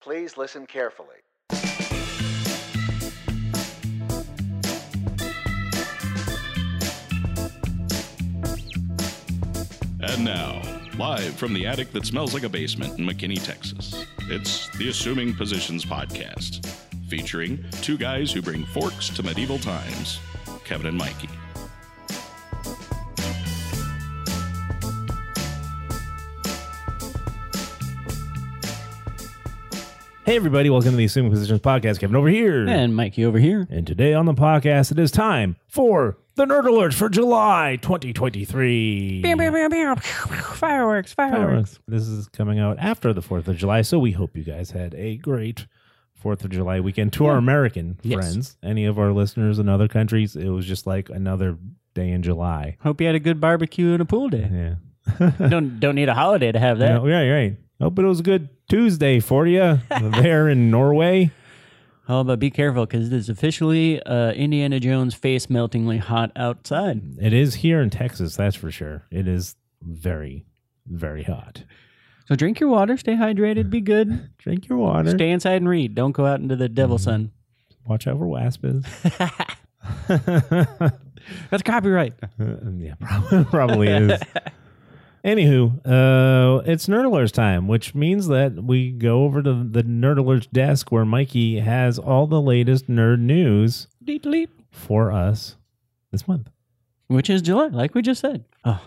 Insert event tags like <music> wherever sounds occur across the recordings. Please listen carefully. And now, live from the attic that smells like a basement in McKinney, Texas, it's the Assuming Positions Podcast, featuring two guys who bring forks to medieval times Kevin and Mikey. Hey, everybody, welcome to the Assuming Positions Podcast. Kevin over here. And Mikey over here. And today on the podcast, it is time for the Nerd Alert for July 2023. Fireworks, fireworks. Fireworks. This is coming out after the 4th of July, so we hope you guys had a great 4th of July weekend. To our American Yes. friends, any of our listeners in other countries, it was just like another day in July. Hope you had a good barbecue and a pool day. Yeah. <laughs> don't don't need a holiday to have that. Yeah, right, right. Hope it was a good Tuesday for <laughs> you there in Norway. Oh, but be careful because it is officially uh, Indiana Jones face meltingly hot outside. It is here in Texas, that's for sure. It is very, very hot. So drink your water, stay hydrated, be good, Drink your water. stay inside and read. Don't go out into the devil sun. Watch out for wasps. <laughs> That's copyright. yeah, probably, <laughs> probably is. Anywho, uh, it's Nerdler's time, which means that we go over to the Nerdler's desk where Mikey has all the latest nerd news Deet leet. for us this month. Which is July, like we just said. Oh,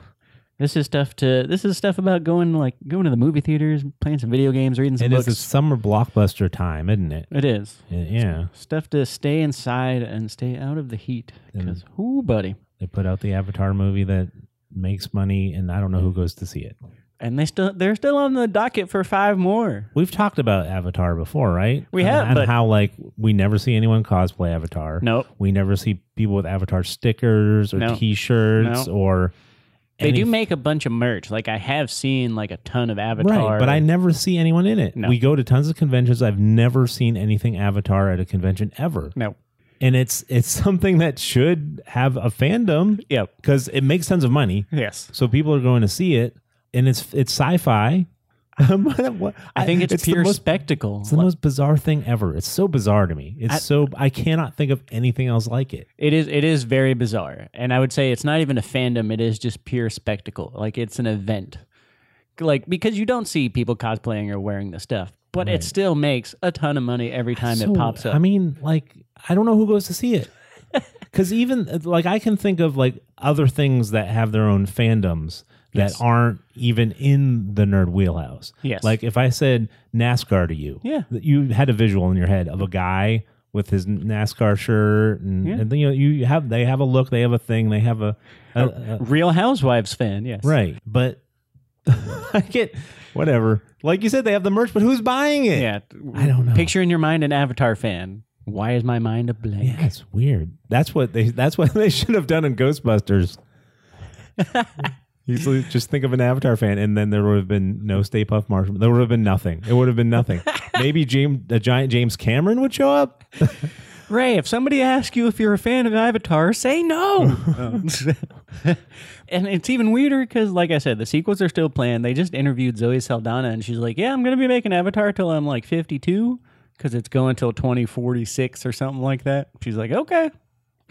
this is stuff to. This is stuff about going like going to the movie theaters, playing some video games, reading some It is books. a summer blockbuster time, isn't it? it is. Yeah. stuff to stay inside and stay out of the heat. Mm-hmm. Because who, buddy? They put out the Avatar movie that makes money, and I don't know who goes to see it. And they still they're still on the docket for five more. We've talked about Avatar before, right? We And- have, and but- how like we never see anyone cosplay Avatar. Nope. we never see people with Avatar stickers or No. T-shirts No. or They do any- make a bunch of merch. Like I have seen like a ton of Avatar. right, but I never see anyone in it. No. We go to tons of conventions. I've never seen anything Avatar at a convention ever, no. and it's it's <laughs> something that should have a fandom Yep. because it makes tons of money, Yes. so people are going to see it, and it's it's sci-fi. I I think it's, the pure most spectacle. It's the most bizarre thing ever. It's so bizarre to me. It's I- so I cannot think of anything else like it. it is it is very bizarre. And I would say it's not even a fandom, it is just pure spectacle. Like it's an event. Like because you don't see people cosplaying or wearing this stuff, but Right. it still makes a ton of money every time So, it pops up. I mean, like I don't know who goes to see <laughs> it. Cuz even like I can think of like other things that have their own fandoms that Yes. aren't even in the nerd wheelhouse. Yes. Like if I said NASCAR to you, Yeah. that you had a visual in your head of a guy with his NASCAR shirt and, Yeah. and then, you know you have they have a look, they have a thing, they have a, a, a Real Housewives fan, yes. uh, Right. But <laughs> I get whatever. Like you said, they have the merch, but who's buying it? <laughs> Yeah. I don't know. Picture in your mind an Avatar fan. Why is my mind a blank? Yeah, it's weird. That's what they that's what <laughs> they should have done in Ghostbusters. Easily just think of an Avatar fan, and then there would have been no Stay Puff Marshmallow. There would have been nothing. It would have been <laughs> nothing. Maybe James, a giant James Cameron would show up. Ray, if somebody asks you if you're a fan of Avatar, say <laughs> no. Oh. <laughs> and it's even weirder because, like I said, the sequels are still planned. They just interviewed Zoe Saldana, and she's like, "Yeah, I'm gonna be making Avatar till I'm like 52, because it's going till 2046 or something like that." She's like, "Okay."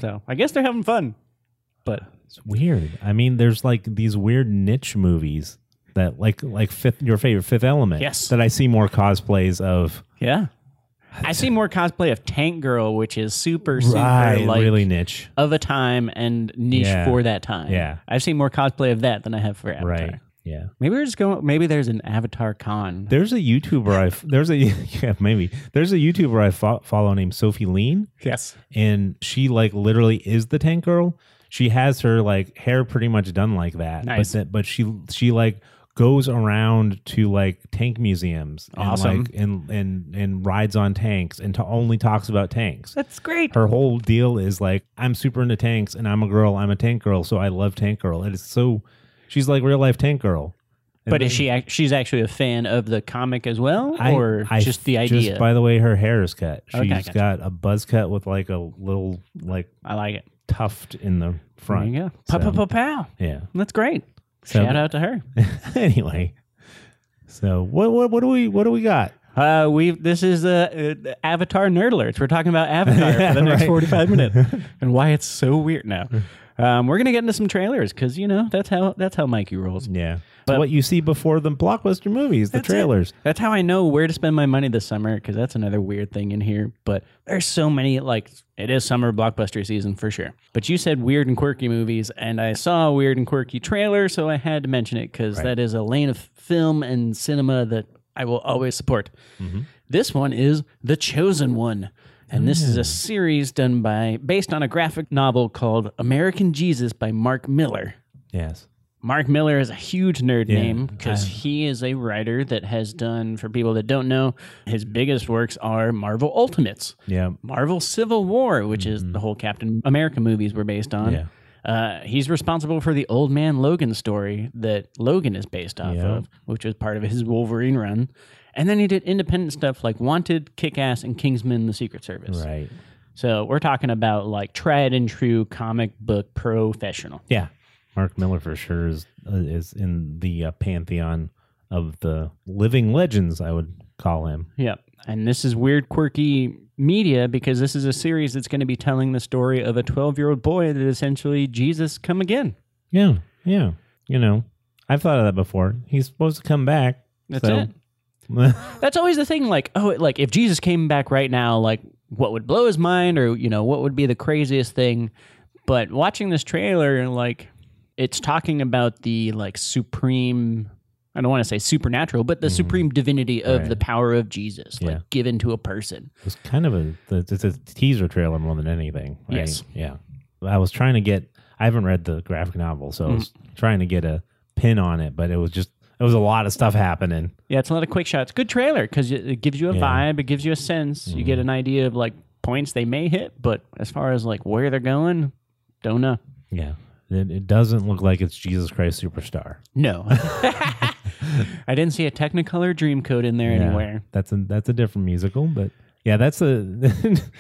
So I guess they're having fun, but It's weird. I mean, there's like these weird niche movies that like like fifth your favorite Fifth Element. Yes. that I see more cosplays of. yeah. I see more cosplay of Tank Girl, which is super, super Right, like really niche. of a time and niche Yeah. for that time. Yeah. I've seen more cosplay of that than I have for Avatar. Right. Yeah. Maybe we're just going. Maybe there's an Avatar con. There's a YouTuber I f- there's a <laughs> yeah maybe there's a YouTuber I fo- follow named Sophie Lean Yes. and she like literally is the tank girl. She has her like hair pretty much done like that. Nice. But, that, but she she like goes around to like tank museums and Awesome. like and and and rides on tanks and to only talks about tanks. That's great. Her whole deal is like I'm super into tanks and I'm a girl, I'm a tank girl, so I love tank girl. And it's so she's like real life tank girl. And But then- is she? Act, she's actually a fan of the comic as well, I- or I just the f- idea? by the way, her hair is cut. She's Okay, gotcha. got a buzz cut with like a little like I like it. tuft in the front. There you go. So, Pow, pow, pow, pow. Yeah. <laughs> That's great. So- <laughs> Shout out to her. anyway, so what what what do we what do we got? Uh, we this is uh, uh, Avatar nerd alerts. We're talking <laughs> about Avatar for the next right. forty five <laughs> minutes and why it's so weird now. Um, we're gonna get into some trailers because you know that's how that's how Mikey rolls. Yeah. But what you see before the blockbuster movies, the That's it. trailers. That's how I know where to spend my money this summer because that's another weird thing in here. But there's so many, like, it is summer blockbuster season for sure. But you said weird and quirky movies, and I saw a weird and quirky trailer, so I had to mention it because that is a lane of film and cinema that I will always support. This one is The Chosen One. And this is a series done by, based on a graphic novel called American Jesus by Mark Miller. Yes. Mark Miller is a huge nerd Yeah, name because he is a writer that has done, for people that don't know, his biggest works are Marvel Ultimates, Yeah. Marvel Civil War, which is the whole Captain America movies were based on. Mm-hmm. Yeah. Uh, he's responsible for the Old Man Logan story that Logan is based off Yeah. of, which was part of his Wolverine run. And then he did independent stuff like Wanted, Kick Ass, and Kingsman The Secret Service. Right. So we're talking about like tried and true comic book professional. Yeah. Mark Miller for sure is uh, is in the uh, pantheon of the living legends. I would call him. Yep. And this is weird, quirky media because this is a series that's going to be telling the story of a 12 year old boy that essentially Jesus come again. Yeah. Yeah. You know, I've thought of that before. He's supposed to come back. <laughs> That's so- it. That's always the thing. Like, oh, like if Jesus came back right now, like what would blow his mind or, you know, what would be the craziest thing? But watching this trailer, like it's talking about the like supreme, I don't want to say supernatural, but the supreme divinity of Mm-hmm. Right. the power of Jesus, Yeah. like given to a person. It's kind of a it's a teaser trailer more than anything. Right? Yes. Yeah. I was trying to get. I haven't read the graphic novel, so I was trying to get a pin on it, but it was just it was a lot of stuff happening. Yeah, it's a lot of quick shots. Good trailer because it it gives you a Yeah. Mm-hmm. vibe, it gives you a sense. You get an idea of like points they may hit, but as far as like where they're going, don't know. Yeah. It, it doesn't look like it's Jesus Christ Superstar. <laughs> No. <laughs> I didn't see a Technicolor dream code in there Yeah. anywhere. That's a that's a different musical, but yeah, that's a.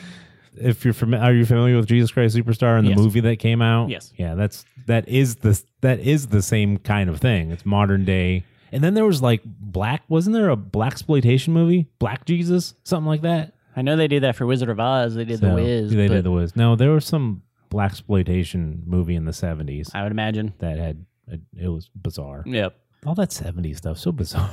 <laughs> if you're familiar, are you familiar with Jesus Christ Superstar and the Yes. movie that came out? Yes. Yeah, that's that is the that is the same kind of thing. It's modern day. And then there was like black, wasn't there a black exploitation movie, Black Jesus, something like that? I know they did that for Wizard of Oz. They did So, the Wiz. They but did the Wiz. No, there was some black exploitation movie in the seventies I Mm. would imagine. that had it, it was bizarre. Yep. All that seventies stuff, so <laughs> bizarre.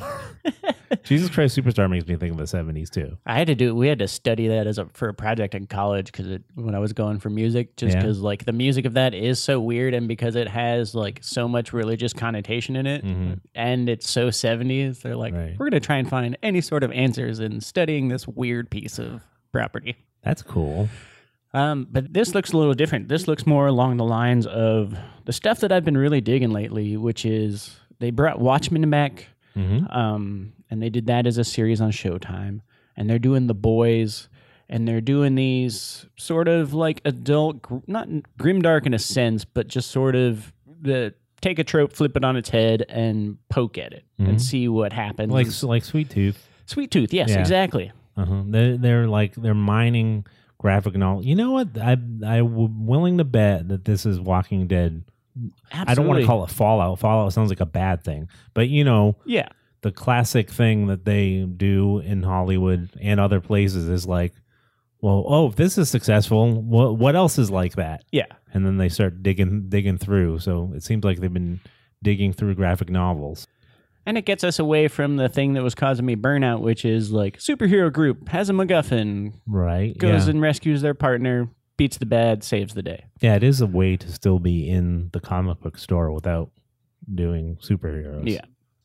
Jesus Christ Superstar makes me think of the seventies too. I had to do. We had to study that as a for a project in college because when I was going for music, just Yeah. because like the music of that is so weird, and because it has like so much religious connotation in it, and it's so seventies, they're like, Mm-hmm. Right. we're gonna try and find any sort of answers in studying this weird piece of property. That's cool. Um, but this looks a little different. This looks more along the lines of the stuff that I've been really digging lately, which is they brought Watchmen back, Mm-hmm. um, and they did that as a series on Showtime, and they're doing The Boys, and they're doing these sort of like adult, gr- not grimdark in a sense, but just sort of the take a trope, flip it on its head, and poke at it and see what happens. Mm-hmm. like like Sweet Tooth. Sweet Tooth, yes, Yeah. exactly. Uh-huh. They're, they're like they're mining graphic novel. You know what? I I am willing to bet that this is Walking Dead. Absolutely. I don't want to call it Fallout. Fallout sounds like a bad thing, but you know Yeah. the classic thing that they do in Hollywood and other places is like, well, oh, if this is successful, what what else is like that? Yeah. And then they start digging digging through. So it seems like they've been digging through graphic novels. And it gets us away from the thing that was causing me burnout, which is like superhero group has a MacGuffin, Right. goes yeah. and rescues their partner, beats the bad, saves the day. Yeah, it is a way to still be in the comic book store without doing superheroes. Yeah.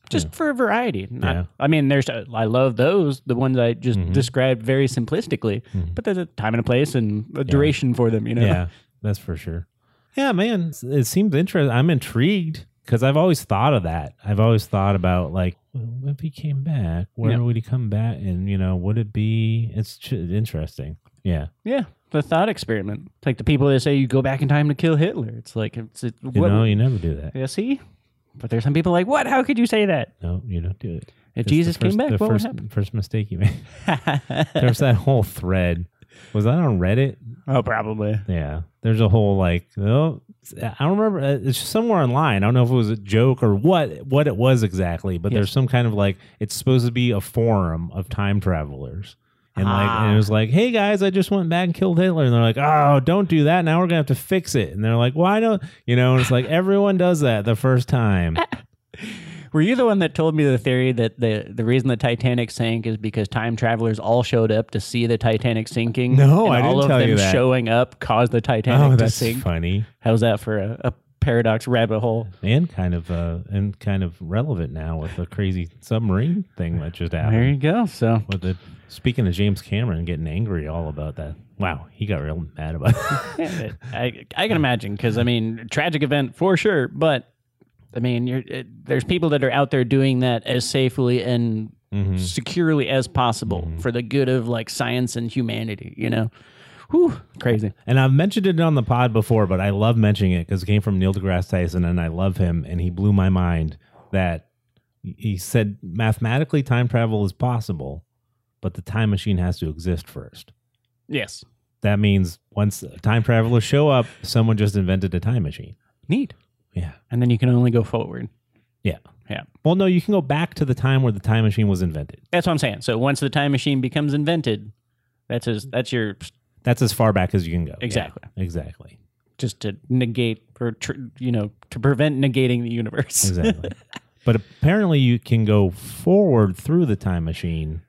Just for a variety. Not- Yeah. I mean, there's uh, I love those, the ones I just Mhm. described very simplistically, Mhm. but there's a time and a place and a duration for them, you know? Yeah, that's for sure. Yeah, man, s- it seems interesting. I'm intrigued because I've always thought of that. I've always thought about like, well, if he came back, where Yeah. would he come back? And you know, would it be? It's ch- interesting. Yeah, Yeah. The thought experiment. It's like the people that say you go back in time to kill Hitler. It's like, it's, it, you what, know, you never do that. yeah, see? But there's some people like, what? How could you say that? No, you don't do it. If It's the Jesus first- came back, the what first, would First mistake you made. <laughs> happen? <laughs> There's that whole thread. Was that on Reddit? oh, probably. Yeah. There's a whole like, oh, I don't remember. uh, It's somewhere online. I don't know if it was a joke or what what it was exactly, but Yes. there's some kind of like it's supposed to be a forum of time travelers. And like and Ah. it was like, hey guys, I just went back and killed Hitler, and they're like, oh, don't do that. Now we're gonna have to fix it. And they're like, why don't you know? And it's <laughs> like everyone does that the first time. Oh, Were you the one that told me the theory that the, the reason the Titanic sank is because time travelers all showed up to see the Titanic sinking? No, and I didn't all of tell them you that. showing up caused the Titanic Oh, to that's sink. funny How's that for a, a paradox rabbit hole? and kind of uh and kind of relevant now with the crazy submarine thing that just happened. There you go. So But the, speaking of James Cameron getting angry all about that, wow, he got real mad about it. <laughs> yeah, I, I can imagine because I mean, tragic event for sure, but I mean, you're, it, there's people that are out there doing that as safely and Mhm. securely as possible Mm-hmm. for the good of like science and humanity. You know, whew, crazy. And I've mentioned it on the pod before, but I love mentioning it because it came from Neil deGrasse Tyson, and I love him, and he blew my mind that he said mathematically time travel is possible, but the time machine has to exist first. Yes, That means once time travelers show up, someone just invented a time machine. neat. Yeah. And then you can only go forward. Yeah. Yeah. Well, no, you can go back to the time where the time machine was invented. That's what I'm saying. So once the time machine becomes invented, that's as that's your That's as far back as you can go. Yeah, Exactly. exactly. just to negate or tr- you know to prevent negating the universe. Exactly. but apparently, you can go forward through the time machine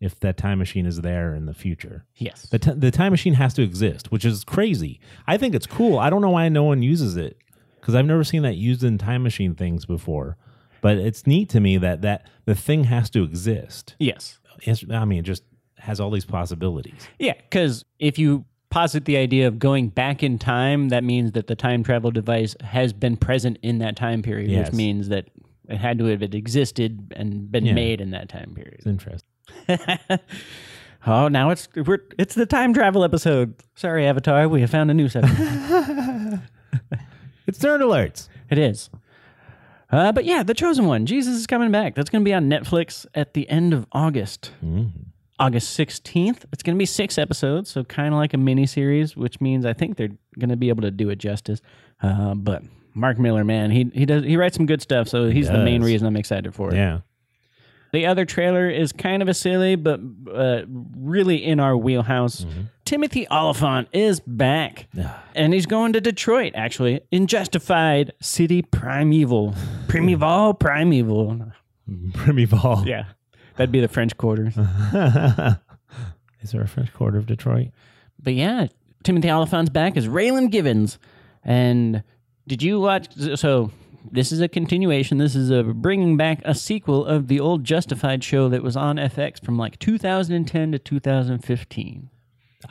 if that time machine is there in the future. yes. The, t- the time machine has to exist, which is crazy. I think it's cool. I don't know why no one uses it because I've never seen that used in time machine things before. But it's neat to me that, that the thing has to exist. yes. It's, I mean, it just has all these possibilities. Yeah, because if you posit the idea of going back in time, that means that the time travel device has been present in that time period, Yes. which means that it had to have existed and been Yeah. made in that time period. It's interesting. oh, now it's we're it's the time travel episode. Sorry, Avatar, we have found a new segment. It's nerd alerts. it is. Uh, but yeah, the chosen one, Jesus is coming back. That's going to be on Netflix at the end of August. August 16th. It's going to be six episodes, so kind of like a mini series, which means I think they're going to be able to do it justice. Uh, but Mark Miller, man, he he does he writes some good stuff, so he's the main does. reason I'm excited for it. Yeah. <laughs> The other trailer is kind of a silly, but uh, really in our wheelhouse. Timothy Oliphant is back, and he's going to Detroit actually in Justified City Primeval, Primeval, Primeval. Primeval. Yeah, that'd be the French Quarter. <laughs> is there a French Quarter of Detroit? But yeah, Timothy Oliphant's back as Raylan Givens. And did you watch? So this is a continuation. This is a bringing back a sequel of the old Justified show that was on FX from like 2010 to 2015.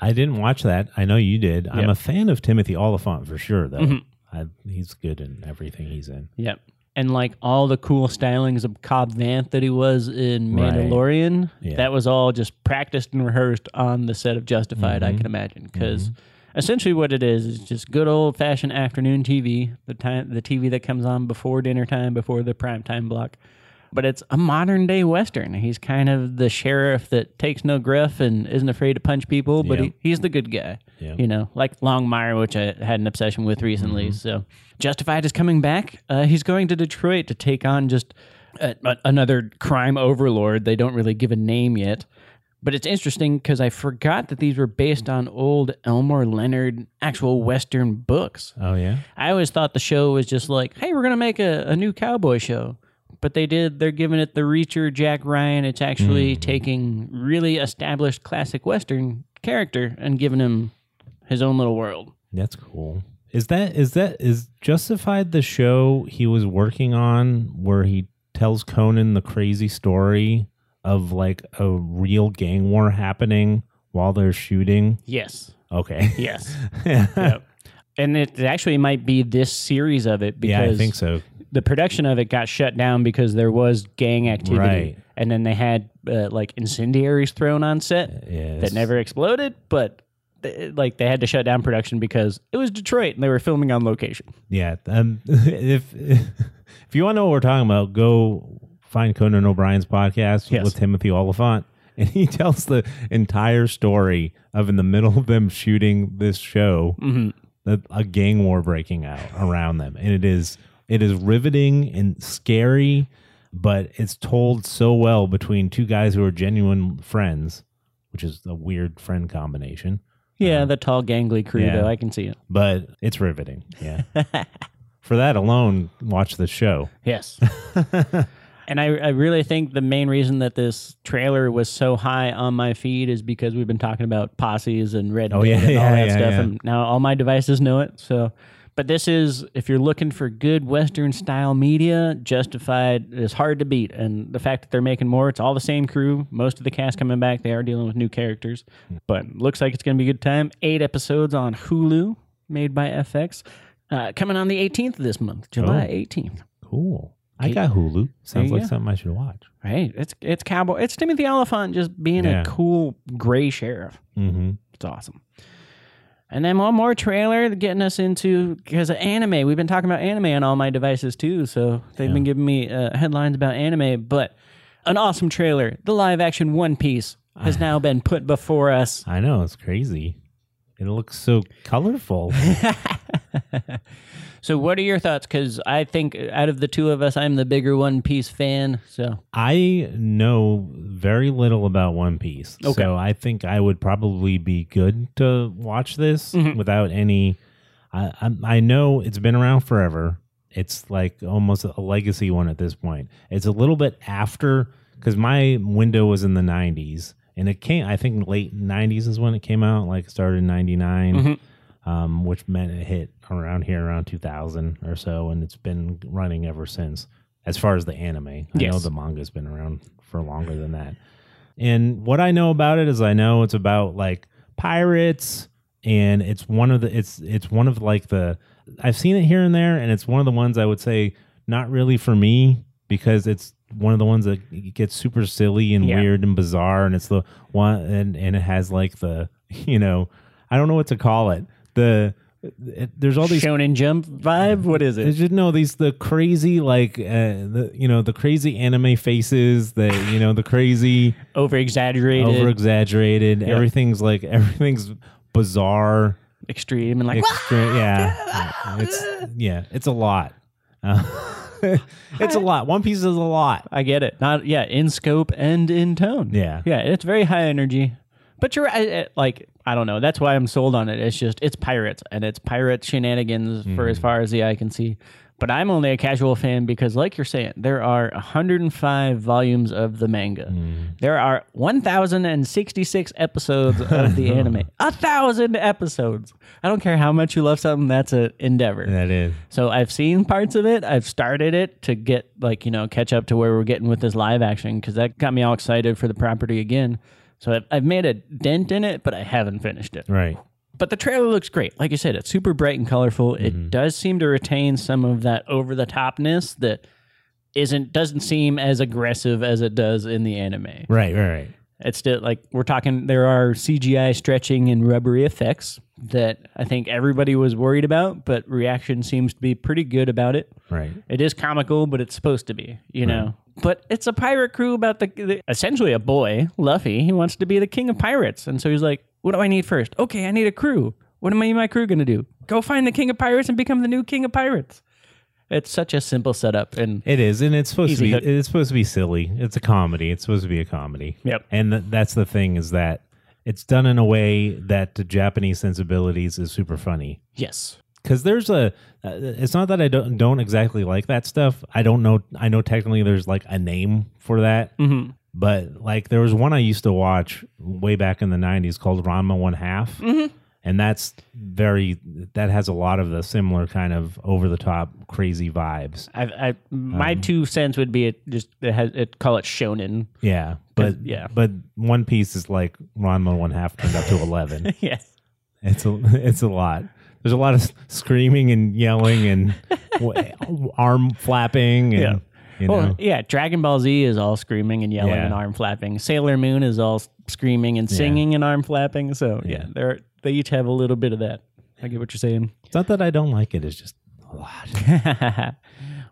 I didn't watch that. I know you did. I'm Yep. a fan of Timothy Oliphant for sure, though. I, he's good in everything he's in. Yep. And like all the cool stylings of Cobb Vanth that he was in Right. Mandalorian, Yeah. that was all just practiced and rehearsed on the set of Justified, Mm-hmm. I can imagine. Because essentially what it is is just good old fashioned afternoon TV, the time the TV that comes on before dinner time, before the prime time block. But it's a modern day Western. He's kind of the sheriff that takes no gruff and isn't afraid to punch people, but Yeah. he, he's the good guy. Yeah. You know, like Longmire, which I had an obsession with recently. So Justified is coming back. Uh, he's going to Detroit to take on just a, a- another crime overlord. They don't really give a name yet. But it's interesting because I forgot that these were based on old Elmore Leonard actual Western books. Oh yeah, I always thought the show was just like, hey, we're gonna make a, a new cowboy show. But they did. They're giving it the Reacher, Jack Ryan. It's actually Hmm. taking really established classic Western character and giving him his own little world. that's cool. Is that is that is justified the show he was working on where he tells Conan the crazy story of like a real gang war happening while they're shooting? Yes. Okay. <laughs> Yes. Yeah. yep. And it actually might be this series of it because yeah, I think so. Uh, the production of it got shut down because there was gang activity, Right. and then they had uh, like incendiaries thrown on set Yeah, that never exploded, but th- like they had to shut down production because it was Detroit and they were filming on location. Yeah. Um, <laughs> if if you want to know what we're talking about, go find Conan O'Brien's podcast Yes. with Timothy Oliphant, <laughs> and he tells the entire story of in the middle of them shooting this show that a gang war breaking out around them, and it is it is riveting and scary, but it's told so well between two guys who are genuine friends, which is a weird friend combination. Yeah, the tall, gangly crew, Yeah. though. I can see it. But it's riveting. <laughs> Yeah. For that alone, watch the show. Yes. <laughs> and I, I really think the main reason that this trailer was so high on my feed is because we've been talking about posses and red Oh, Dead yeah, and all yeah, that yeah, stuff. yeah. And now all my devices know it. So, but this is if you're looking for good Western style media, Justified is hard to beat. And the fact that they're making more, it's all the same crew. Most of the cast coming back. They are dealing with new characters, Hmm. but looks like it's going to be a good time. Eight episodes on Hulu, made by FX. Uh, coming on the 18th of this month, July Oh. 18th. Cool. I got Hulu. Sounds Yeah. like something I should watch. Right. It's it's cowboy. It's Timothy Oliphant just being Yeah. a cool gray sheriff. Mm-hmm. It's awesome. And then one more trailer getting us into because of anime. We've been talking about anime on all my devices too, so they've been giving me uh, headlines about anime. But an awesome trailer. The live action One Piece <sighs> has now been put before us. I know it's crazy. It looks so colorful. So, what are your thoughts? Because I think out of the two of us, I'm the bigger One Piece fan. So, I know very little about One Piece. Okay. So I think I would probably be good to watch this without any. I, I I know it's been around forever. It's like almost a legacy one at this point. It's a little bit after because my window was in the 90s and it came, I think late 90s is when it came out, like it started in 99 um, which meant it hit around here around 2000 or so, and it's been running ever since. As far as the anime, I know Yes. the manga's been around for longer than that. And what I know about it is, I know it's about like pirates, and it's one of the it's it's one of like the I've seen it here and there, and it's one of the ones I would say not really for me because it's one of the ones that gets super silly and Yeah. weird and bizarre, and it's the one and and it has like the <laughs> you know I don't know what to call it the it, there's all these Shonen Jump vibe. What is there's it? just no these the crazy like uh, the you know the crazy anime faces the you know the crazy Over exaggerated, over exaggerated everything's like everything's bizarre extreme, and like extreme <laughs> yeah it's yeah it's a lot Uh, <laughs> it's a lot one piece is a lot I get it. Not yeah, in scope and in tone. Yeah. yeah, it's very high energy. But you're I- I- like I don't know. That's why I'm sold on it. It's just it's pirates and it's pirate shenanigans for as far as the eye can see. But I'm only a casual fan because, like you're saying, there are 105 volumes of the manga. There are 1,066 episodes of the anime. A thousand episodes. I don't care how much you love something. That's an endeavor. that is So I've seen parts of it. I've started it to get like you know catch up to where we're getting with this live action because that got me all excited for the property again. So I've, I've made a dent in it, but I haven't finished it. right But the trailer looks great. Like I said, it's super bright and colorful. It does seem to retain some of that over the topness that isn't doesn't seem as aggressive as it does in the anime. right right right It's still like we're talking. There are CGI stretching and rubbery effects that I think everybody was worried about, but reaction seems to be pretty good about it. right It is comical, but it's supposed to be, you know. But it's a pirate crew about the, the essentially a boy, Luffy. He wants to be the king of pirates, and so he's like, "What do I need first? Okay, I need a crew. What am I and my crew gonna do? Go find the king of pirates and become the new king of pirates." It's such a simple setup, and It is, and it's supposed Easy to hook. be. It's supposed to be silly. It's a comedy. It's supposed to be a comedy. Yep. And th- that's the thing is that it's done in a way that to Japanese sensibilities is super funny. yes, Because there's a, uh, it's not that I don't don't exactly like that stuff. I don't know. I know technically there's like a name for that, Mhm. but like there was one I used to watch way back in the '90s called Ranma One Half, and that's very that has a lot of the similar kind of over the top crazy vibes. I, I my two cents would be it just it has it call it shonen. <laughs> Yeah, but yeah. yeah, but One Piece is like Ranma one half turned up to eleven. yes. it's a <laughs> it's a lot. There's a lot of s- screaming and yelling <laughs> and w- arm flapping and Yeah. you know Well, yeah, Dragon Ball Z is all screaming and yelling Yeah. and arm flapping. Sailor Moon is all s- screaming and singing and arm flapping. So yeah, Yeah. they're they each have a little bit of that. I get what you're <laughs> saying. it's not that I don't like it. It's just a lot.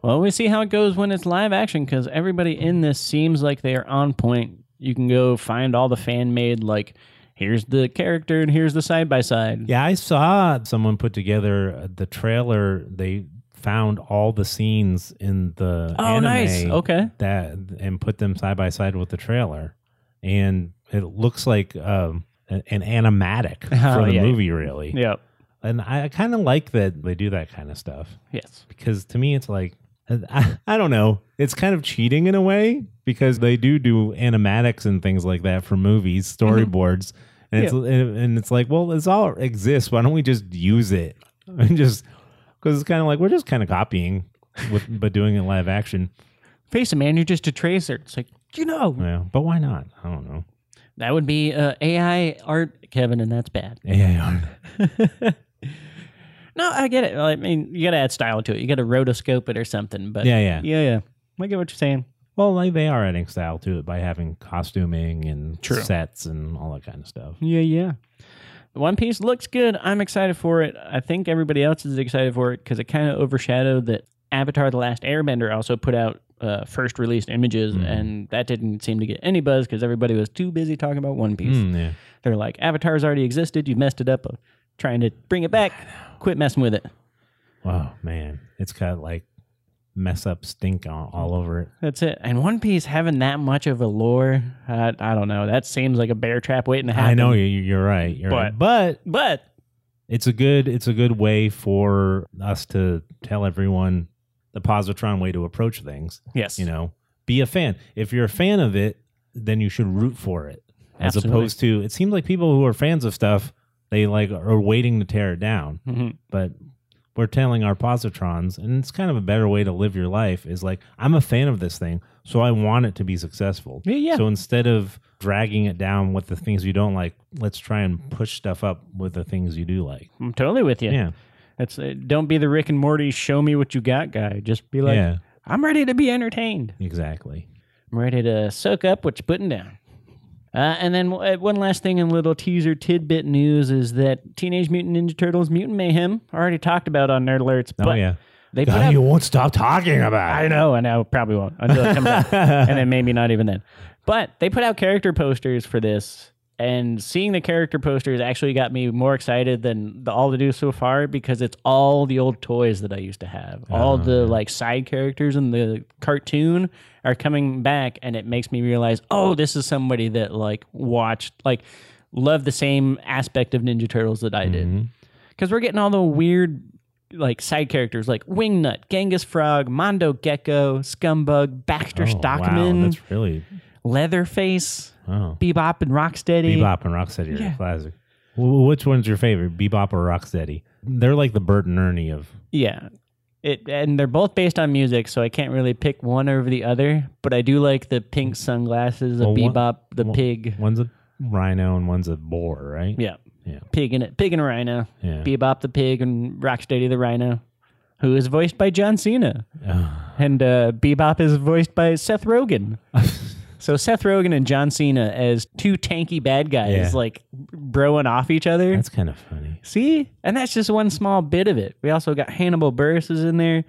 well, we see how it goes when it's live action because everybody in this seems like they are on point. You can go find all the fan made like here's the character and here's the side by side. Yeah, I saw someone put together uh, the trailer. They found all the scenes in the Oh, anime nice. Okay. that and put them side by side with the trailer, and it looks like um, a- an animatic <laughs> Oh, for the yeah. movie, really. Yep. And I kind of like that they do that kind of stuff Yes. because to me, it's like I, I don't know. It's kind of cheating in a way because they do do animatics and things like that for movies, storyboards, and it's and, and it's like, well, this all exists. Why don't we just use it <laughs> and just because it's kind of like we're just kind of copying, with, <laughs> but doing it live action. Face it, man. You're just a tracer. It's like, you know, Yeah, but why not? I don't know. <laughs> that would be uh, AI art, Kevin, and that's bad. Yeah, No, I get it. Well, I mean, you got to add style to it. You got to rotoscope it or something. But yeah, yeah. yeah, yeah. I get what you're saying. Well, like they are adding style to it by having costuming and True. sets and all that kind of stuff. Yeah, yeah. One Piece looks good. I'm excited for it. I think everybody else is excited for it because it kind of overshadowed that Avatar: The Last Airbender also put out uh, first released images, Mhm. and that didn't seem to get any buzz because everybody was too busy talking about One Piece. Mm, yeah. They're like, Avatar's already existed. You messed it up. Uh, Trying to bring it back. Quit messing with it. Oh man, it's got like mess up stink all, all over it. That's it. And One Piece having that much of a lore, uh, I don't know. That seems like a bear trap waiting to happen. I know you, you're right. You're right. But but it's a good it's a good way for us to tell everyone the positron way to approach things. yes, You know, be a fan. If you're a fan of it, then you should root for it, as Absolutely. opposed to it seems like people who are fans of stuff they like are waiting to tear it down. Mhm. But we're telling our positrons, and it's kind of a better way to live your life is like I'm a fan of this thing, so I want it to be successful. yeah, yeah. So instead of dragging it down with the things you don't like, let's try and push stuff up with the things you do like. I'm totally with you. Yeah. Yeah. That's it. Don't be the Rick and Morty show me what you got guy. Just be like, I'm ready to be entertained. exactly. I'm ready to soak up what you're putting down. Uh, and then uh, one last thing in little teaser tidbit news is that Teenage Mutant Ninja Turtles Mutant Mayhem already talked about on Nerd Alerts. Oh but yeah. They put God, out, you won't stop talking about I it. know, and I probably won't until it comes out. And then maybe not even then. But they put out character posters for this. And seeing the character posters actually got me more excited than the, all to do so far because it's all the old toys that I used to have. all Oh, the like side characters in the cartoon are coming back, and it makes me realize, oh, this is somebody that like watched, like loved the same aspect of Ninja Turtles that I did Mhm. because we're getting all the weird like side characters like Wingnut, Genghis Frog, Mondo Gecko, Scumbug, Baxter Oh, Stockman, Wow, that's really Leatherface, wow. Bebop and Rocksteady. Bebop and Rocksteady are Yeah. classic. Wh- Which one's your favorite, Bebop or Rocksteady? They're like the Bert and Ernie of. Yeah. It, and they're both based on music, so I can't really pick one over the other. But I do like the pink sunglasses of Well, one- Bebop, the one- pig. One's a rhino and one's a boar, right? Yeah. Yeah. Pig and pig and a rhino. Yeah. Bebop the pig and Rocksteady the rhino, who is voiced by John Cena. Ah, and uh, Bebop is voiced by <laughs> Seth Rogen. so Seth Rogen and John Cena as two tanky bad Yeah. guys, like broing off each other. that's kind of funny. See, and that's just one small bit of it. We also got Hannibal Buress is in there.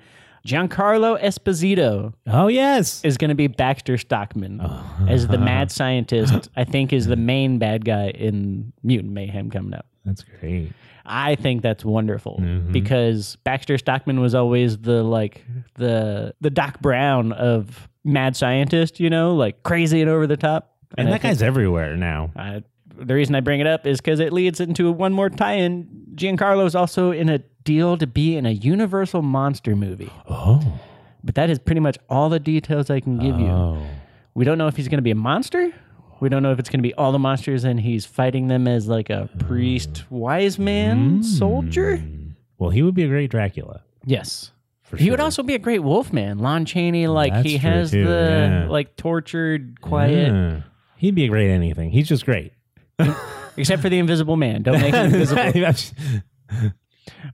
Giancarlo Esposito Oh yes. is going to be Baxter Stockman Oh. as the mad scientist. I think is the main bad guy in Mutant Mayhem coming up. That's great. I think that's wonderful Mm-hmm. because Baxter Stockman was always the like the the Doc Brown of mad scientist, you know, like crazy and over the top. And, I that guy's everywhere now. think, I, the reason I bring it up is because it leads into one more tie-in. Giancarlo's also in a deal to be in a Universal monster movie, Oh. but that is pretty much all the details I can give you. Oh. We don't know if he's going to be a monster. We don't know if it's going to be all the monsters and he's fighting them as like a priest, wise Hmm. man, soldier. Well, he would be a great Dracula Yes. for He sure. would also be a great Wolfman, Lon Chaney. Like That's he true, has too, the yeah. like tortured, quiet, Yeah. He'd be a great anything. He's just great. except for the Invisible Man. Don't <laughs> make him invisible.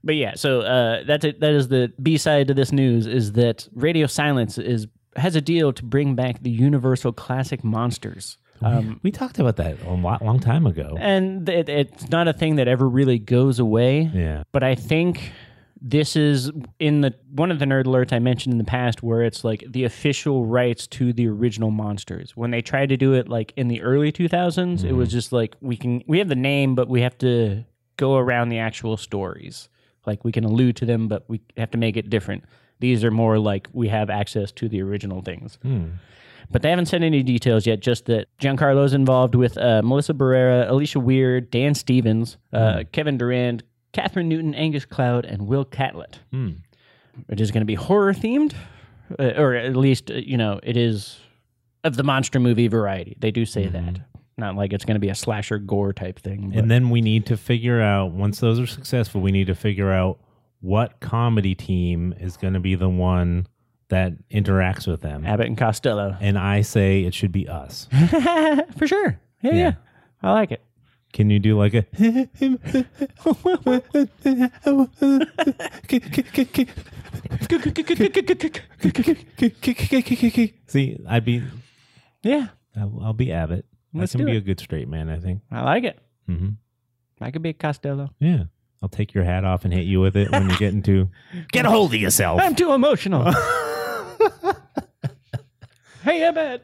But yeah, so uh, that's it. That is the B side to this news is that Radio Silence is has a deal to bring back the Universal classic monsters. Um, Eh. we talked about that a lot, long time ago. and it, it's not a thing that ever really goes away. Yeah. But I think this is in the one of the nerd alerts I mentioned in the past where it's like the official rights to the original monsters. When they tried to do it like in the early 2000s, it was just like we can we have the name but we have to go around the actual stories. Like we can allude to them but we have to make it different. These are more like we have access to the original things. Hmm. But they haven't said any details yet, just that Giancarlo's involved with uh, Melissa Barrera, Alicia Weir, Dan Stevens, uh, Kevin Durand, Catherine Newton, Angus Cloud, and Will Catlett. Hmm. It is going to be horror themed, uh, or at least, uh, you know, it is of the monster movie variety. They do say that. Not like it's going to be a slasher gore type thing. but- And then we need to figure out once those are successful, we need to figure out what comedy team is going to be the one that interacts with them. Abbott <laughs> and Costello. And I say it should be us. <laughs> For sure. Yeah, yeah. I like it. <laughs> Can you do like a? <laughs> See, I'd be, Yeah, I'll, I'll be Abbott. Let's I can do be a it. good straight man. I think. I like it. hmm I could be Costello. Yeah, I'll take your hat off and hit you with it when you're getting to <laughs> get a hold of yourself. I'm too <laughs> emotional. <laughs> hey, Abed.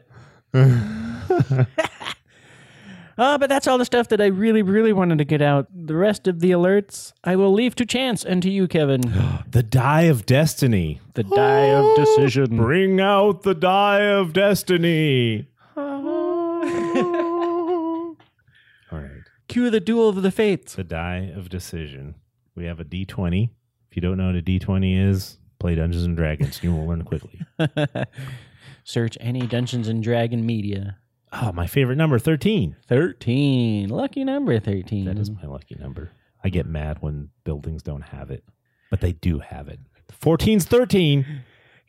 uh, but that's all the stuff that I really, really wanted to get out. The rest of the alerts, I will leave to chance and to <gasps> you, Kevin. The die of destiny. The die of decision. Mm. Bring out the die of destiny. All right. <laughs> Cue the duel of the fates. <laughs> The die of decision. We have a d20. If you don't know what a d20 is, play Dungeons and Dragons. You will learn quickly. Search any Dungeons and Dragon media. Oh, my favorite number 13. 13. Lucky number 13. That is my lucky number. I get mad when buildings don't have it, but they do have it. 14's 13.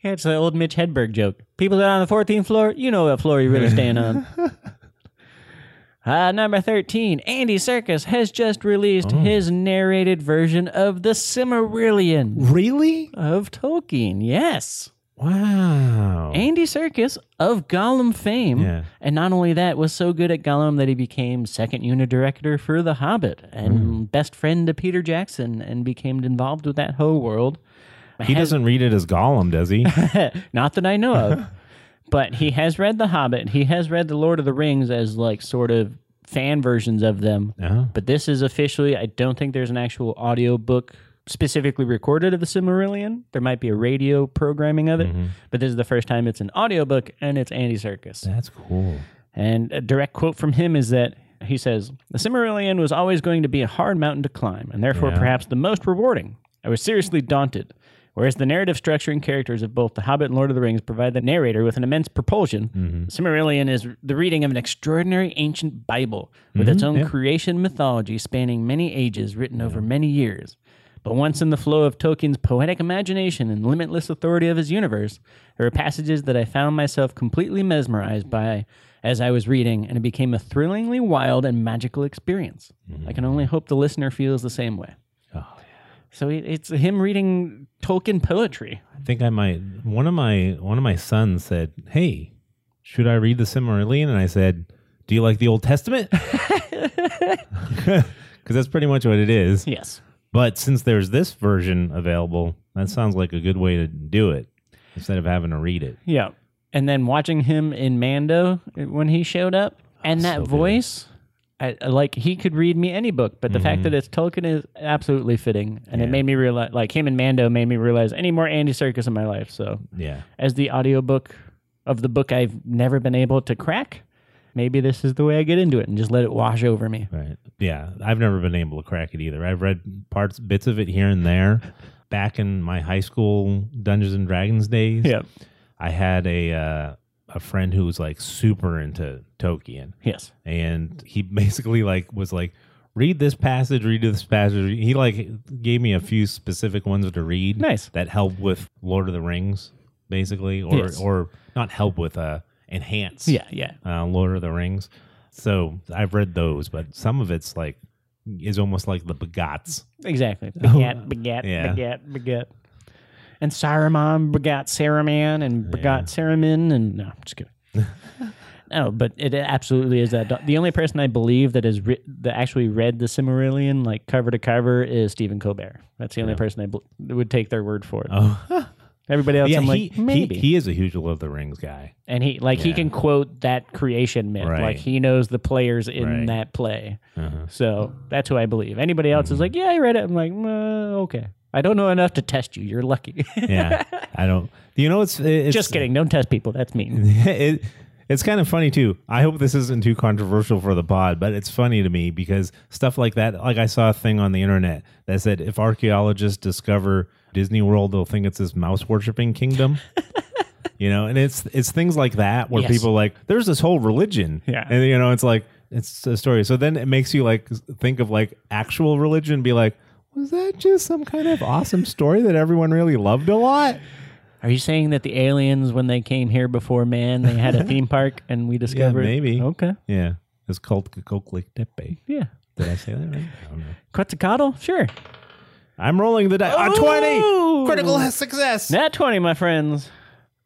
Yeah, it's the old Mitch Hedberg joke. People that are on the 14th floor, you know what floor you really stand on. Uh, number 13, Andy Serkis has just released his narrated version of The Cimmerillion Really? of Tolkien. Yes. Wow. Andy Serkis of Gollum fame. Yeah. And not only that, was so good at Gollum that he became second unit director for The Hobbit and best friend to Peter Jackson and became involved with that whole world. He doesn't read it as Gollum, does he? <laughs> Not that I know of. but he has read The Hobbit. He has read The Lord of the Rings as like sort of fan versions of them. No. But this is officially, I don't think there's an actual audio book specifically recorded of the Silmarillion. There might be a radio programming of it, but this is the first time it's an audiobook and it's Andy Serkis. That's cool. And a direct quote from him is that he says, The Cimmerillion was always going to be a hard mountain to climb, and therefore Yeah. perhaps the most rewarding. I was seriously daunted. Whereas the narrative structure and characters of both The Hobbit and Lord of the Rings provide the narrator with an immense propulsion, mm Cimmerillion is the reading of an extraordinary ancient Bible with its own creation mythology spanning many ages, written over many years. But once in the flow of Tolkien's poetic imagination and limitless authority of his universe, there were passages that I found myself completely mesmerized by as I was reading, and it became a thrillingly wild and magical experience. I can only hope the listener feels the same way. Oh. So it, it's him reading Tolkien poetry. I think I might. One of my one of my sons said, "Hey, should I read the Silmarillion?" And I said, "Do you like the Old Testament?" <laughs> Because that's pretty much what it is. Yes. But since there's this version available, that sounds like a good way to do it instead of having to read it. Yeah. And then watching him in Mando when he showed up and that Oh, so good. voice, I, I like he could read me any book, but the fact that it's Tolkien is absolutely fitting. And it made me realize, like him and Mando made me realize any more Andy Serkis in my life. So Yeah, as the audiobook of the book I've never been able to crack, maybe this is the way I get into it and just let it wash over me. right. Yeah, I've never been able to crack it either. I've read parts, bits of it here and there. Back in my high school Dungeons and Dragons days, I had a uh, a friend who was like super into Tolkien, Yes. and he <laughs> basically like was like, read this passage, read this passage. He like gave me a few specific ones to read. Nice. that help with Lord of the Rings, basically, or Yes. or not help with uh enhance. Yeah. Yeah. uh, Lord of the Rings. So I've read those, but some of it's like is almost like the <laughs> Begats. Exactly. Begat, begat, Oh, Yeah. begat, begat. <laughs> And Saruman begat Saruman and begat Saruman and no, I'm just kidding. No, but it absolutely is that. doc- The only person I believe that has re- that actually read the Cimmerillion like cover to cover is Stephen Colbert. That's the only person I bel that would take their word for it. Oh, Everybody else, yeah. I'm He, like he- maybe. he, is a huge Lord of the Rings guy. and he like he Yeah. can quote that creation myth. Right. Like he knows the players in Right. that play. <laughs> Uh-huh. So that's who I believe. Anybody else is like, yeah, I read it. I'm like, "Uh, okay. I don't know enough to test you. You're lucky. <laughs> Yeah, I don't. You know, it's, it's uh, Just kidding. Don't test people. That's mean. <laughs> it, it's kind of funny too. I hope this isn't too controversial for the pod, but it's funny to me because stuff like that, like I saw a thing on the internet that said if archaeologists discover Disney World, they'll think it's this mouse worshipping <laughs> kingdom. you know, and it's it's things like that where Yes. people like there's this whole religion. Yeah. And you know, it's like it's a story. So then it makes you like think of like actual religion and be like was that just some kind of awesome story that everyone really loved a lot? Are you saying that the aliens, when they came here before man, they <laughs> had a theme park and we discovered? maybe. Okay. Yeah. It's called Kokliktepe. Yeah. Did I say that right? I don't know. Quetzalcoatl? Sure. I'm rolling the Uh, dice. A Ooh! 20! Oh! Critical success! Nat 20, my friends.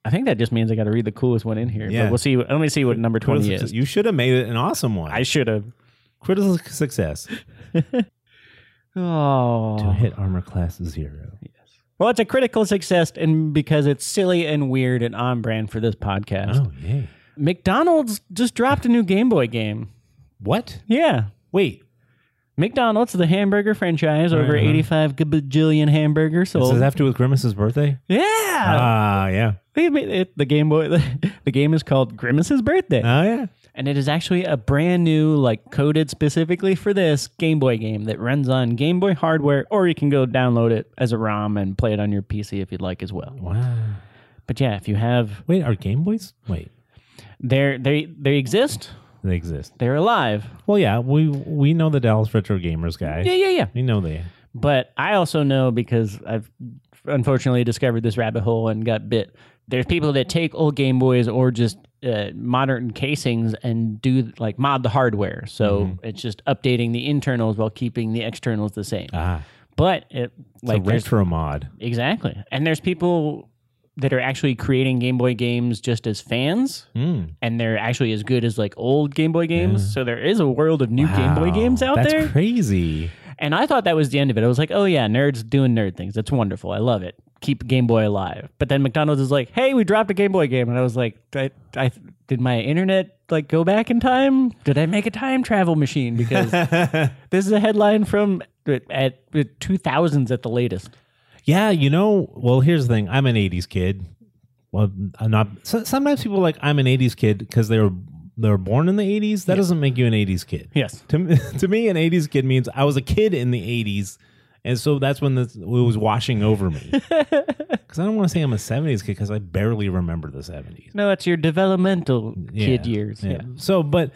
I think that just means I got to read the coolest one in here. Yeah. But we'll see. Let me see what number 20 Critical is. success. You should have made it an awesome one. I should have. Critical success to Oh. hit armor class zero. Well, it's a critical success and because it's silly and weird and on brand for this podcast. Oh, yay. McDonald's just dropped a new Game Boy game. What? Yeah. Wait. McDonald's, the hamburger franchise, over Uh-huh. 85 gajillion hamburgers Does sold. this have to do with Grimace's birthday? yeah. Ah, yeah. They made it, the Game Boy. <laughs> The, game is called Grimace's Birthday, Oh, yeah. and it is actually a brand new, like coded specifically for this Game Boy game that runs on Game Boy hardware, or you can go download it as a ROM and play it on your PC if you'd like as well. Wow. But yeah, if you have, Wait, are Game Boys? Wait. they're they they exist, They exist. they're alive. Well, yeah, we we know the Dallas Retro Gamers guy. Yeah, yeah, yeah. We know they. But I also know because I've unfortunately discovered this rabbit hole and got bit. There's people that take old Game Boys or just uh, modern casings and do like mod the hardware. So Mm-hmm. it's just updating the internals while keeping the externals the same. Ah, But it like like there's- retro mod. exactly, and there's people that are actually creating Game Boy games just as fans. Mm. And they're actually as good as like old Game Boy games. So there is a world of new Game Boy Wow, games out that's there. crazy. And I thought that was the end of it. I was like, oh yeah, nerds doing nerd things. That's wonderful. I love it. Keep Game Boy alive. But then McDonald's is like, hey, we dropped a Game Boy game. And I was like, I, I, did my internet like go back in time? Did I make a time travel <laughs> machine? Because this is a headline from at two thousands at the latest. Yeah, you know, well, here's the thing. I'm an 80s kid. Well, I'm not. So, sometimes people are like I'm an 80s kid because they were they were born in the 80s. That doesn't make you an 80s kid. Yes. To me- <laughs> to me, an 80s kid means I was a kid in the 80s, and so that's when this, it was washing over me. Because I don't want to say I'm a 70s kid because I barely remember the 70s. No, it's your developmental Yeah, kid years. Yeah. So, but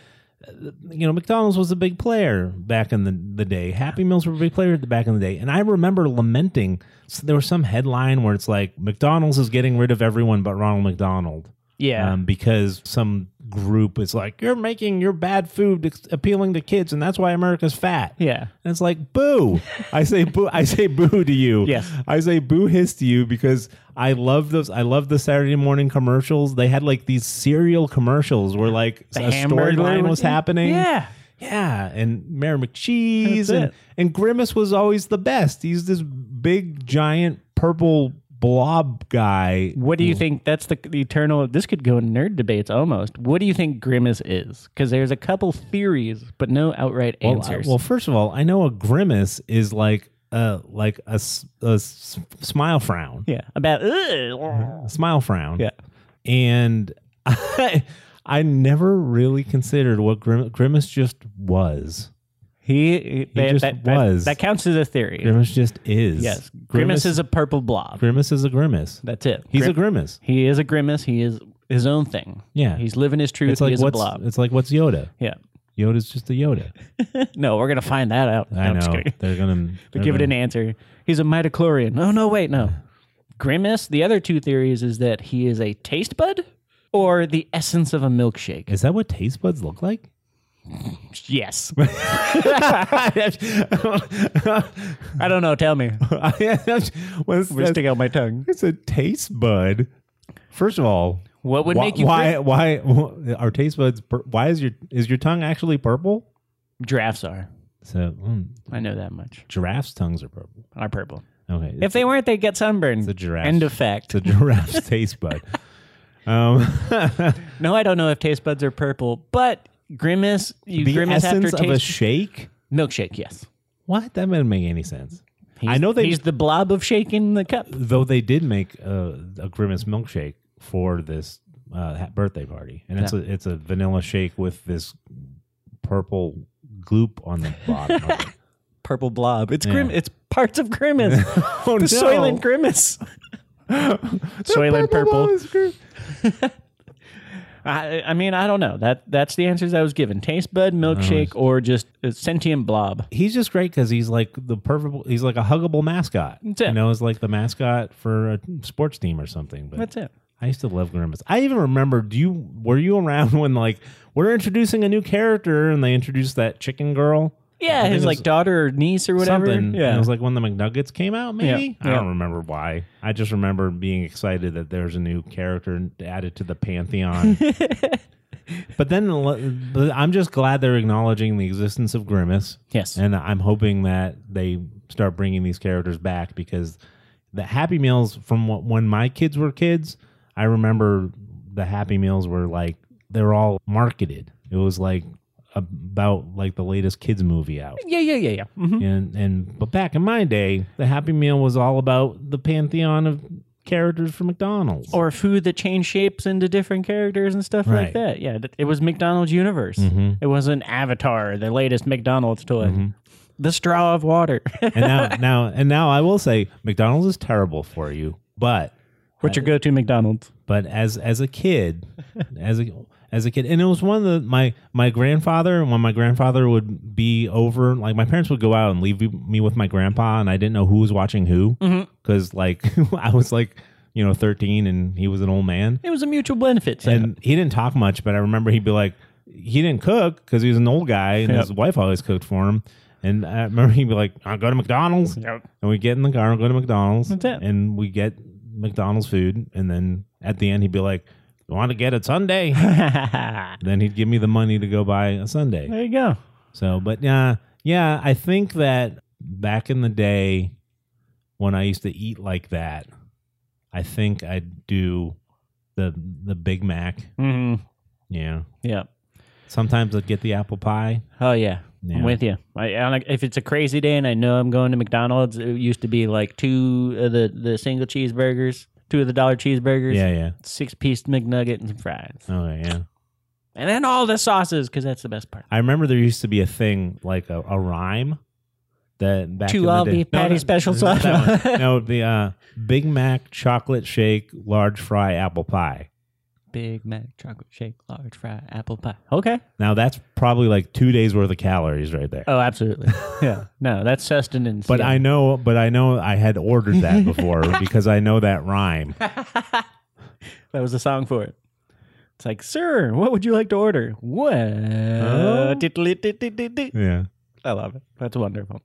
uh, you know, McDonald's was a big player back in the, the day. Happy Meals were a big player back in the day, and I remember lamenting. So there was some headline where it's like McDonald's is getting rid of everyone but Ronald McDonald. Yeah. Um, because some group is like, you're making your bad food ex- appealing to kids, and that's why America's fat. yeah. And it's like boo. I say boo. I say boo to you. Yes. I say boo hiss to you because I love those. I love the Saturday morning commercials. They had like these serial commercials where like a hamburger storyline one. was happening. Yeah. Yeah, and Mayor McCheese That's and it. and Grimace was always the best. He's this big giant purple blob guy. What do you think? That's the, the eternal. This could go in nerd debates almost. What do you think Grimace is? Because there's a couple theories, but no outright Well, I- answers. well, first of all, I know a grimace is like uh like a, s- a s- smile frown. yeah, about "Ugh." A smile frown. yeah. and <laughs> I, I never really considered what Grim, Grimace just was. He, that, just that, was. That, that counts as a theory. Grimace just is. Yes, Grimace, is a purple blob. grimace is a grimace. That's it. He's Grim- a grimace. he is a grimace. He is his own thing. Yeah. he's living his truth. It's like he is a what's blob. it's like what's Yoda. Yeah. <laughs> Yoda's just a Yoda. No, we're gonna find that out. <laughs> No, I I'm just know kidding. they're gonna <laughs> They they're give it gonna- an answer. He's a mitochlorian. Oh no, wait, no. Grimace. The other two theories is that he is a taste bud or the essence of a milkshake. Is that what taste buds look <laughs> like? <laughs> yes. I- I don't know. Tell me. what's We're that? sticking out my tongue. It's a taste bud. First of all, What would why, make you why, cra- why our taste buds? pur- Why is your is your tongue actually purple? Giraffes are. So mm, I know that much. giraffes' tongues are purple. Are purple. Okay, <laughs> If they weren't, they'd get sunburned. it's a giraffe, End of fact. it's a giraffe's taste bud. Um, No, I don't know if taste buds are purple, but grimace. <laughs> You the grimace essence after of a taste shake. milkshake. Yes, What that didn't make any sense. I He's- know they He's the blob of shaking the cup. though they did make a, a grimace milkshake for this uh, ha- birthday party, and it's a it's a vanilla shake with this purple gloop on <laughs> the bottom. of it. Purple blob. It's grim. Yeah. It's parts of <laughs> grimace. Oh, the Soylent <laughs> grimace. Soylent purple. I, I mean, I don't know. That that's the answers I was given: taste bud, milkshake, or just a sentient blob. He's just great because he's like the perfect. He's like a huggable mascot. it. You know, he's like the mascot for a sports team or something. But That's it. I used to love Grimace. I even remember. Do you were you around <laughs> when like we're introducing a new character and they introduced that chicken girl? Yeah, his it like was daughter or niece or whatever. Something. Yeah, It was like when the McNuggets came out, maybe. Yeah, I yeah. don't remember why. I just remember being excited that there's a new character added to the <laughs> pantheon. but then but I'm just glad they're acknowledging the existence of Grimace. Yes. And I'm hoping that they start bringing these characters back because the Happy Meals from wh- when my kids were kids, I remember the Happy Meals were like, they were all marketed. It was like, about like the latest kids movie out yeah, yeah, yeah, yeah. Mhm. and and but back in my day, the Happy Meal was all about the pantheon of characters from McDonald's. Or food that changed shapes into different characters and stuff Right. Mm-hmm. like that. Yeah, th- it was McDonald's universe. It was an Avatar, the latest McDonald's toy. The straw of water. <laughs> and now now and now I will say McDonald's is terrible for you, but What's your go-to McDonald's? but as as a kid, as a as a kid, and it was one of the my my grandfather when my grandfather would be over, like my parents would go out and leave me with my grandpa, and I didn't know who was watching who because like <laughs> I was like you know thirteen and he was an old man, It was a mutual benefit. setup. and he didn't talk much, but I remember he'd be like, he didn't cook because he was an old guy and his wife always cooked for him. And I remember he'd be like, I'll go to McDonald's. <laughs> And we get in the car and go to McDonald's. That's it. And we get McDonald's food. And then at the end, he'd be like, You want to get a Sunday? then he'd give me the money to go buy a Sunday. there you go. So, but yeah, yeah, I think that back in the day when I used to eat like that, I think I'd do the the Big Mac. hmm Yeah. Yeah. Sometimes I'd get the apple pie. Oh yeah. Yeah. I'm with you. I, I like, if it's a crazy day and I know I'm going to McDonald's, it used to be like two of the the single cheeseburgers, two of the dollar cheeseburgers, Yeah, yeah. six piece McNugget and some fries, Oh, yeah. and then all the sauces because that's the best part. I remember there used to be a thing like a, a rhyme that back Two in the all day- beef patty not- special not sauce. <laughs> that one. no, the uh, Big Mac chocolate shake large fry apple pie. Big Mac, chocolate shake, large fry, apple pie. Okay. Now that's probably like two days worth of calories right there. <laughs> Oh, absolutely. yeah. No, that's sustenance. But yeah. I know, but I know I had ordered <laughs> that before because I know that rhyme. that was a song for it. It's like, sir, what would you like to order? What? Oh. Diddly-diddly-diddly. Yeah. I love it. That's wonderful.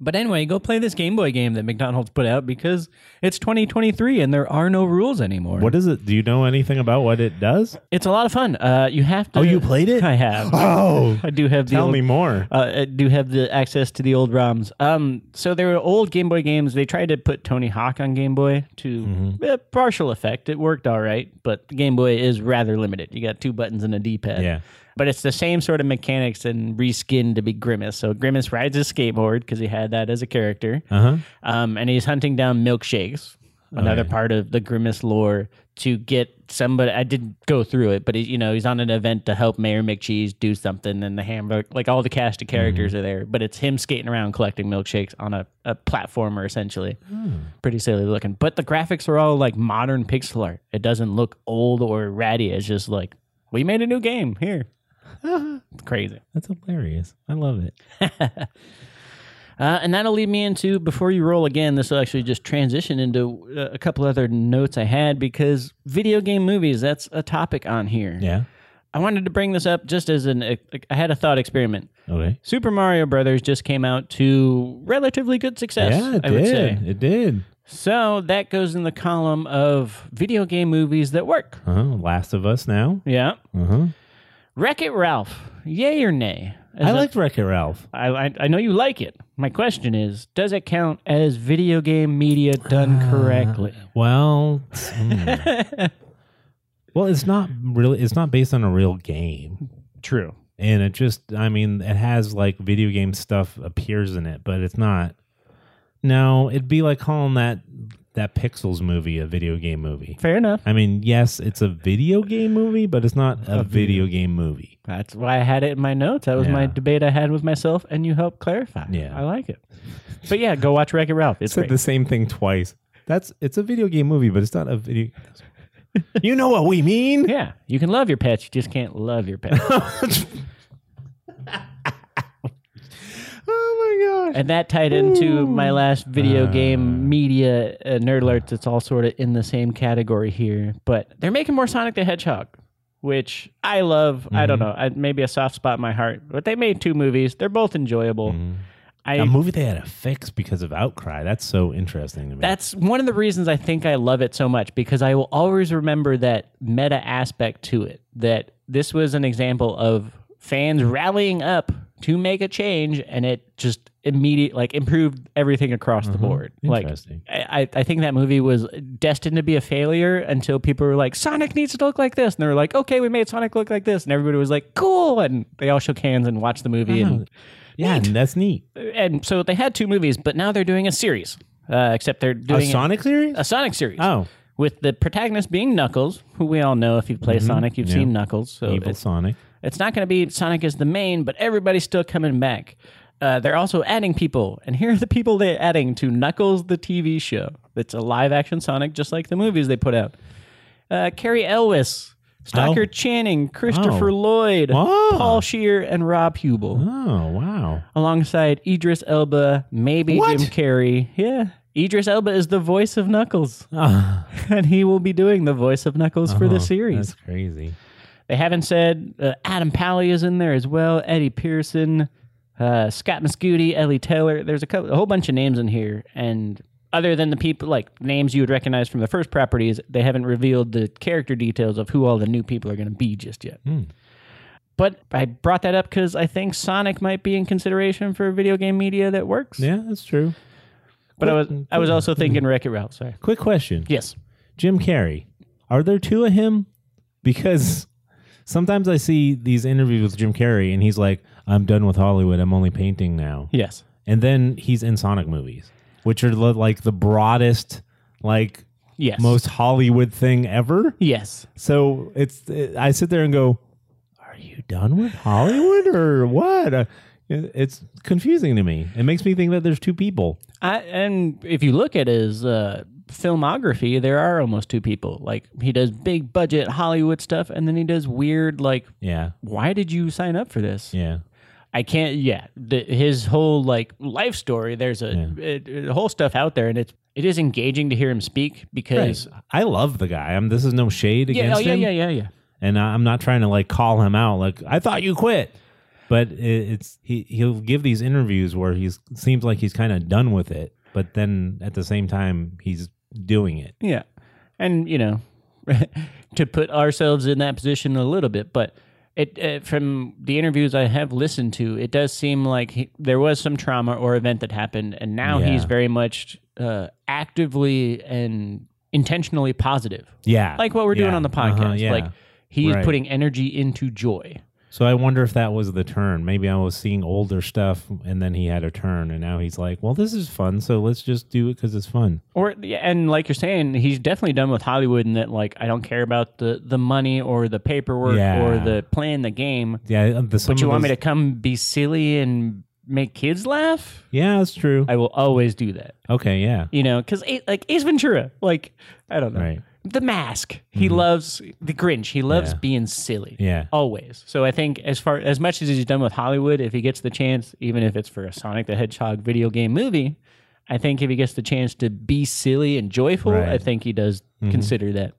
But anyway, go play this Game Boy game that McDonald's put out because it's 2023 and there are no rules anymore. What is it? Do you know anything about what it does? It's a lot of fun. Uh, you have to. Oh, you played it? <laughs> I have. <laughs> Oh, I do have the. tell old, me more. Uh, I do have the access to the old ROMs. Um, so there were old Game Boy games. They tried to put Tony Hawk on Game Boy to eh, partial effect. It worked all right, but the Game Boy is rather limited. You got two buttons and a D-pad. Yeah. But it's the same sort of mechanics and reskinned to be Grimace. So Grimace rides his skateboard because he had that as a character. Uh huh. Um, and he's hunting down milkshakes, another part of the Grimace lore, to get somebody. I didn't go through it, but he, you know, he's on an event to help Mayor McCheese do something, and the hamburger, like all the cast of characters are there, but it's him skating around collecting milkshakes on a, a platformer, essentially. Pretty silly looking. But the graphics are all like modern pixel art. It doesn't look old or ratty. It's just like, we made a new game here. it's crazy. That's hilarious. I love it. Uh, and that'll lead me into before you roll again. This will actually just transition into uh, a couple other notes I had because video game movies. That's a topic on here. Yeah. I wanted to bring this up just as an. I had a thought experiment. Okay. Super Mario Brothers just came out to relatively good success. yeah, it I did. would say It did. So that goes in the column of video game movies that work. Uh-huh. Last of Us now. Yeah. Uh-huh. Wreck It Ralph, yay or nay? As I a- liked Wreck It Ralph. I, I, I know you like it. My question is Does it count as video game media <sighs> done correctly? Well, hmm. well, it's not really. It's not based on a real game, True. and it just. I mean, it has like video game stuff appears in it, but it's not. No, it'd be like calling that that Pixels movie a video game movie. Fair enough. I mean, yes, it's a video game movie, but it's not a, A video game movie. That's why I had it in my notes. That was my Yeah. debate I had with myself, and you helped clarify. Yeah. I like it. But yeah, go watch Wreck It Ralph. It's Said great. the same thing twice. That's it's a video game movie, but it's not a video. <laughs> you know what we mean? Yeah, you can love your pets. You just can't love your pets. <laughs> oh my gosh! and that tied into my last video game media uh, nerd alerts. It's all sort of in the same category here, but they're making more Sonic the Hedgehog, which I love. I don't know, I, maybe a soft spot in my heart. But they made two movies. They're both enjoyable. Mm. I Mm-hmm. a movie they had to fix because of outcry. That's so interesting to me. that's one of the reasons I think I love it so much because I will always remember that meta aspect to it. That this was an example of fans rallying up to make a change, and it just immediate like improved everything across the board. Like Mm-hmm. Interesting. I, I- I think that movie was destined to be a failure until people were like, Sonic needs to look like this, and they were like, okay, we made Sonic look like this, and everybody was like, cool, and they all shook hands and watched the movie and yeah, and that's neat. and so they had two movies, but now they're doing a series. Uh, except they're A doing Sonic series? a Sonic series. oh, With the protagonist being Knuckles, who we all know if you play Sonic, you've seen Knuckles. So Mm-hmm. Evil it's, Sonic. it's not going to be Sonic as the main, but everybody's still coming back. Uh, they're also adding people, and here are the people they're adding to Knuckles the TV show. It's a live action Sonic, just like the movies they put out. Uh, Carrie Elwes, Stalker Oh. Channing, Christopher Oh. Lloyd, Oh. Paul Shear, and Rob Hubel Oh wow! alongside Idris Elba, maybe What? Jim Carrey. Yeah. Idris Elba is the voice of Knuckles, Oh, and he will be doing the voice of Knuckles Ah, for the series. That's crazy. Uh-huh. They haven't said uh, Adam Pally is in there as well, Eddie Pearson, uh, Scott Mascuti, Ellie Taylor. There's a, couple, a whole bunch of names in here, and other than the people like names you would recognize from the first properties, they haven't revealed the character details of who all the new people are going to be just yet. Hmm. But I brought that up because I think Sonic might be in consideration for video game media that works. Yeah, that's true. But I was I was also thinking Wreck It Ralph. Sorry. Quick question: Yes. Jim Carrey. Are there two of him? Because sometimes I see these interviews with Jim Carrey, and he's like, "I'm done with Hollywood. I'm only painting now." Yes. And then he's in Sonic movies, which are lo- like the broadest, like Yes. most Hollywood thing ever. Yes. So it's it, I sit there and go, "Are you done with Hollywood or what?" Uh, it- It's confusing to me. It makes me think that there's two people. I, and if you look at his uh, filmography, there are almost two people. Like he does big budget Hollywood stuff, and then he does weird like, Yeah, why did you sign up for this? yeah. I can't. Yeah, the, his whole like life story. There's a it, it- whole stuff out there, and it's it is engaging to hear him speak because. I love the guy. I'm. This is no shade Yeah, against oh, yeah, him, yeah, yeah, yeah. and I- I'm not trying to like call him out. Like I thought you quit, but it, it's he. He'll give these interviews where he's seems like he's kind of done with it, but then at the same time he's doing it. Yeah. And, you know, <laughs> to put ourselves in that position a little bit, but it uh, from the interviews I have listened to, it does seem like he, there was some trauma or event that happened and now Yeah. he's very much uh, actively and intentionally positive. Yeah, Like what we're doing Yeah. on the Uh-huh, podcast. yeah. Like he's Right. putting energy into joy. So I wonder if that was the turn. Maybe I was seeing older stuff, and then he had a turn, and now he's like, "Well, this is fun, so let's just do it because it's fun." Or yeah, and like you're saying, he's definitely done with Hollywood in that like I don't care about the the money or the paperwork Yeah. or the playing the game. Yeah, uh, the some But you of want me those- to come be silly and make kids laugh? Yeah, that's true. I will always do that. okay, yeah, You know, because like Ace Ventura, like I don't know, right, Mm-hmm. The Mask. He loves the Grinch. He loves being silly. yeah, Always. So I think as far as much as he's done with Hollywood, if he gets the chance, even if it's for a Sonic the Hedgehog video game movie, I think if he gets the chance to be silly and joyful, Right. Mm-hmm. I think he does consider that.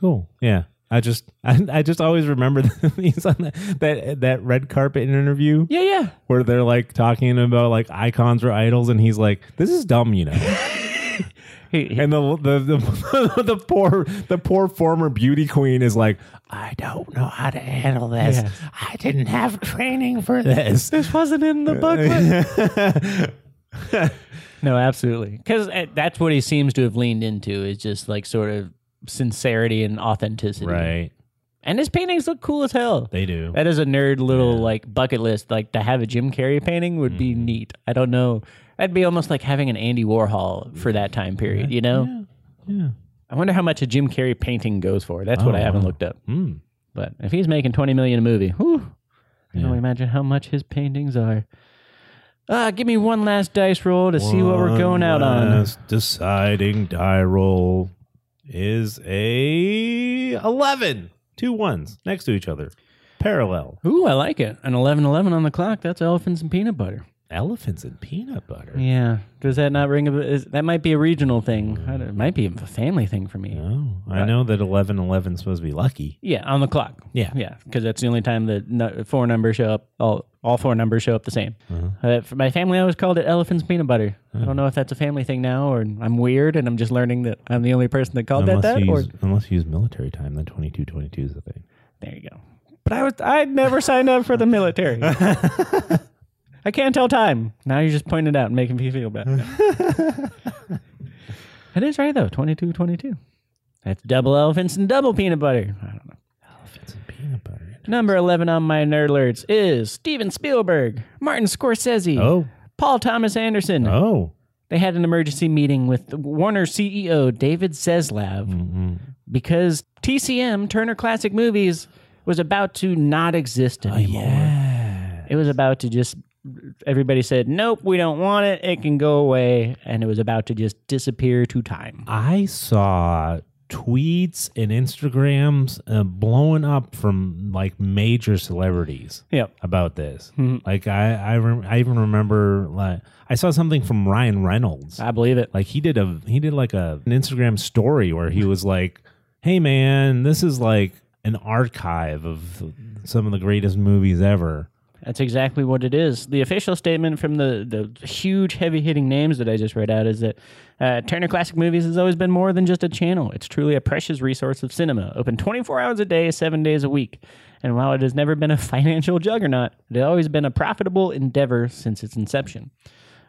cool, yeah. I just, <laughs> I, I just always remember <laughs> he's on that, that that red carpet interview Yeah, yeah. where they're like talking about like icons or idols, and he's like, "This is dumb," you know. <laughs> He- he- And the the, the <laughs> the poor the poor former beauty queen is like, I don't know how to handle this. Yes. I didn't have training for this. this wasn't in Uh, the booklet. No, absolutely. Because that's what he seems to have leaned into is just like sort of sincerity and <laughs> authenticity. right. And his paintings look cool as hell. They do. That is a nerd little like bucket list. Like to have a Jim Carrey painting would be Mm-hmm. neat. I don't know. That'd be almost like having an Andy Warhol for that time period, you know? Yeah. I wonder how much a Jim Carrey painting goes for. That's what Oh, I haven't wow. looked up. Hmm. But if he's making 20 million a movie, whew, I can Yeah. only imagine how much his paintings are. Ah, give me one last dice roll to see what we're One going out on. last Deciding die roll is a 11. Two ones next to each other, parallel. Ooh, I like it. An 11 11 on the clock. That's elephants and peanut butter. Elephants and peanut butter. Yeah. Does that not ring a is, That might be a regional thing. I don't- It might be a family thing for me. Oh, I know that 11 11 is supposed to be lucky. Yeah, on the clock. Yeah. Yeah, because that's the only time that nu- four numbers show up. All, all four numbers show up the same. Uh, for my family, I always called it elephants peanut butter. I don't know if that's a family thing now, or I'm weird and I'm just learning that I'm the only person that called Unless, that that. you Or use, unless you use military time, then 22 22 is the thing. there you go. But I was I never signed up for <laughs> the military. I can't tell time. Now you're just pointing it out and making me feel bad. <laughs> it is right though. 22, 22. That's double elephants and double peanut butter. I don't know. Elephants and peanut butter. Number 11 on my nerd alerts is Steven Spielberg, Martin Scorsese, Oh, Paul Thomas Anderson. oh. They had an emergency meeting with Warner CEO David Zeslav because TCM, Turner Classic Movies, was about to not exist anymore. It was about to just, everybody said, nope, we don't want it. It can go away. And it was about to just disappear to time. I saw tweets and Instagrams uh, blowing up from like major celebrities. Yep. about this. Like I, I, rem- I even remember like I saw something from Ryan Reynolds. I believe it. Like he did a he did like a an Instagram story where he was like, "Hey man, this is like an archive of some of the greatest movies ever." That's exactly what it is. The official statement from the, the huge, heavy hitting names that I just read out is that uh, Turner Classic Movies has always been more than just a channel. It's truly a precious resource of cinema, open 24 hours a day, seven days a week. And while it has never been a <laughs> financial juggernaut, it has always been a profitable endeavor since its inception.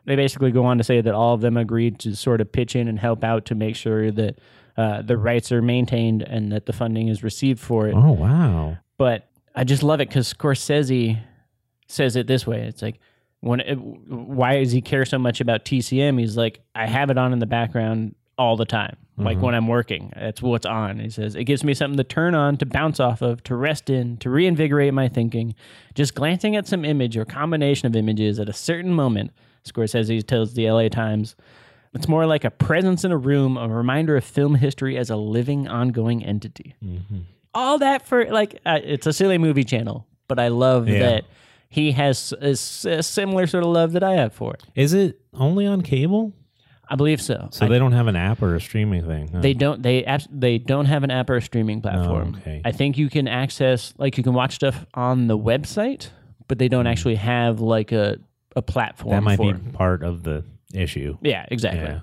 They basically go on to say that all of them agreed to sort of pitch in and help out to make sure that uh, the rights are maintained and that the funding is received for it Oh wow! but I just love it because Scorsese says it this way. It's like, when it, why does he care so much about TCM? He's like, I have it on in the background all the time, like when I'm working. That's what's on. He says it gives me something to turn on, to bounce off of, to rest in, to reinvigorate my thinking. Just glancing at some image or combination of images at a certain moment, Scorsese tells the LA Times. It's more like a presence in a room, a reminder of film history as a living, ongoing entity Mm-hmm. all that for like uh, it's a silly movie channel, but I love Yeah. that he has a, s- a similar sort of love that I have for it. Is it only on cable? I believe so. So I- they don't have an app or a streaming thing. huh? they don't they abs- they don't have an app or a streaming platform. Oh, okay. I think you can access like you can watch stuff on the website, but they don't actually have like a a platform. Mm. that might for be it. part of the issue, yeah exactly Yeah.